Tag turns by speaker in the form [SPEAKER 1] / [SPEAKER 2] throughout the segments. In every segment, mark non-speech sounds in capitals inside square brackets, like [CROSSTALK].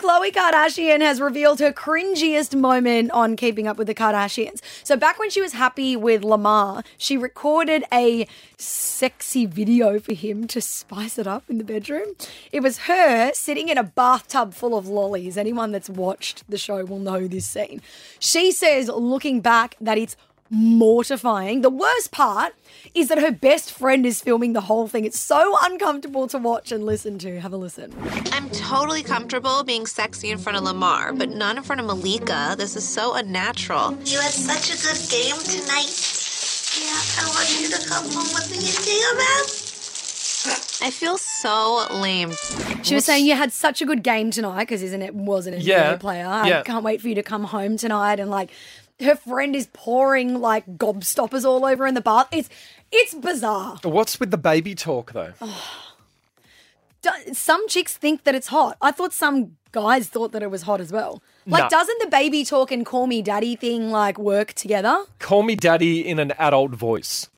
[SPEAKER 1] Khloe Kardashian has revealed her cringiest moment on Keeping Up with the Kardashians. So, back when she was happy with Lamar, she recorded a sexy video for him to spice it up in the bedroom. It was her sitting in a bathtub full of lollies. Anyone that's watched the show will know this scene. She says, looking back, that it's mortifying. The worst part is that her best friend is filming the whole thing. It's so uncomfortable to watch and listen to. Have a listen.
[SPEAKER 2] I'm totally comfortable being sexy in front of Lamar, but not in front of Malika. This is so unnatural.
[SPEAKER 3] You had such a good game tonight. Yeah, I want you to come home with me and take a bath.
[SPEAKER 2] I feel so lame.
[SPEAKER 1] She was saying you had such a good game tonight because isn't it wasn't it an
[SPEAKER 4] Yeah.
[SPEAKER 1] NBA player? I
[SPEAKER 4] Yeah.
[SPEAKER 1] can't wait for you to come home tonight and like her friend is pouring like gobstoppers all over in the bath. It's it's bizarre.
[SPEAKER 4] What's with the baby talk though?
[SPEAKER 1] Do- some chicks think that it's hot. I thought some guys thought that it was hot as well. Like
[SPEAKER 4] No.
[SPEAKER 1] doesn't the baby talk and call me daddy thing like work together?
[SPEAKER 4] Call me daddy in an adult voice.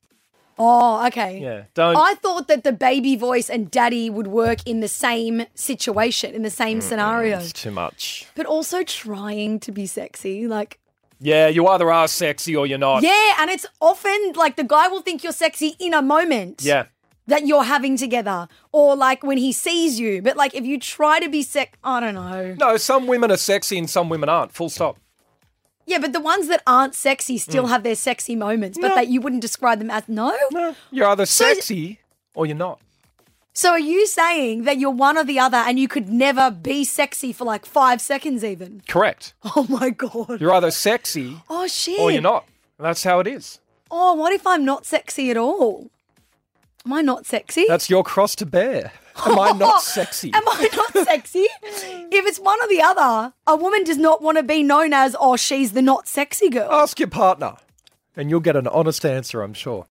[SPEAKER 1] Oh, okay.
[SPEAKER 4] Yeah, don't.
[SPEAKER 1] I thought that the baby voice and daddy would work in the same situation, in the same scenario.
[SPEAKER 4] It's too much.
[SPEAKER 1] But also trying to be sexy, like
[SPEAKER 4] Yeah, you either are sexy or you're not.
[SPEAKER 1] Yeah, and it's often like the guy will think you're sexy in a moment
[SPEAKER 4] Yeah.
[SPEAKER 1] that you're having together, or like when he sees you. But like if you try to be sex, I don't know.
[SPEAKER 4] No, some women are sexy and some women aren't. Full stop.
[SPEAKER 1] Yeah, but the ones that aren't sexy still have their sexy moments, but
[SPEAKER 4] Mm. No.
[SPEAKER 1] that you wouldn't describe them as no.
[SPEAKER 4] You're either sexy or you're not.
[SPEAKER 1] So are you saying that you're one or the other, and you could never be sexy for like five seconds even? [LAUGHS]
[SPEAKER 4] Correct.
[SPEAKER 1] Oh my god.
[SPEAKER 4] You're either sexy
[SPEAKER 1] oh shit.
[SPEAKER 4] or you're not. That's how it is.
[SPEAKER 1] Oh, what if I'm not sexy at all? Am I not sexy?
[SPEAKER 4] That's your cross to bear. Am I
[SPEAKER 1] [LAUGHS]
[SPEAKER 4] not sexy?
[SPEAKER 1] Am I not sexy? if it's one or the other, a woman does not want to be known as, oh, she's the not sexy girl.
[SPEAKER 4] Ask your partner and you'll get an honest answer, I'm sure.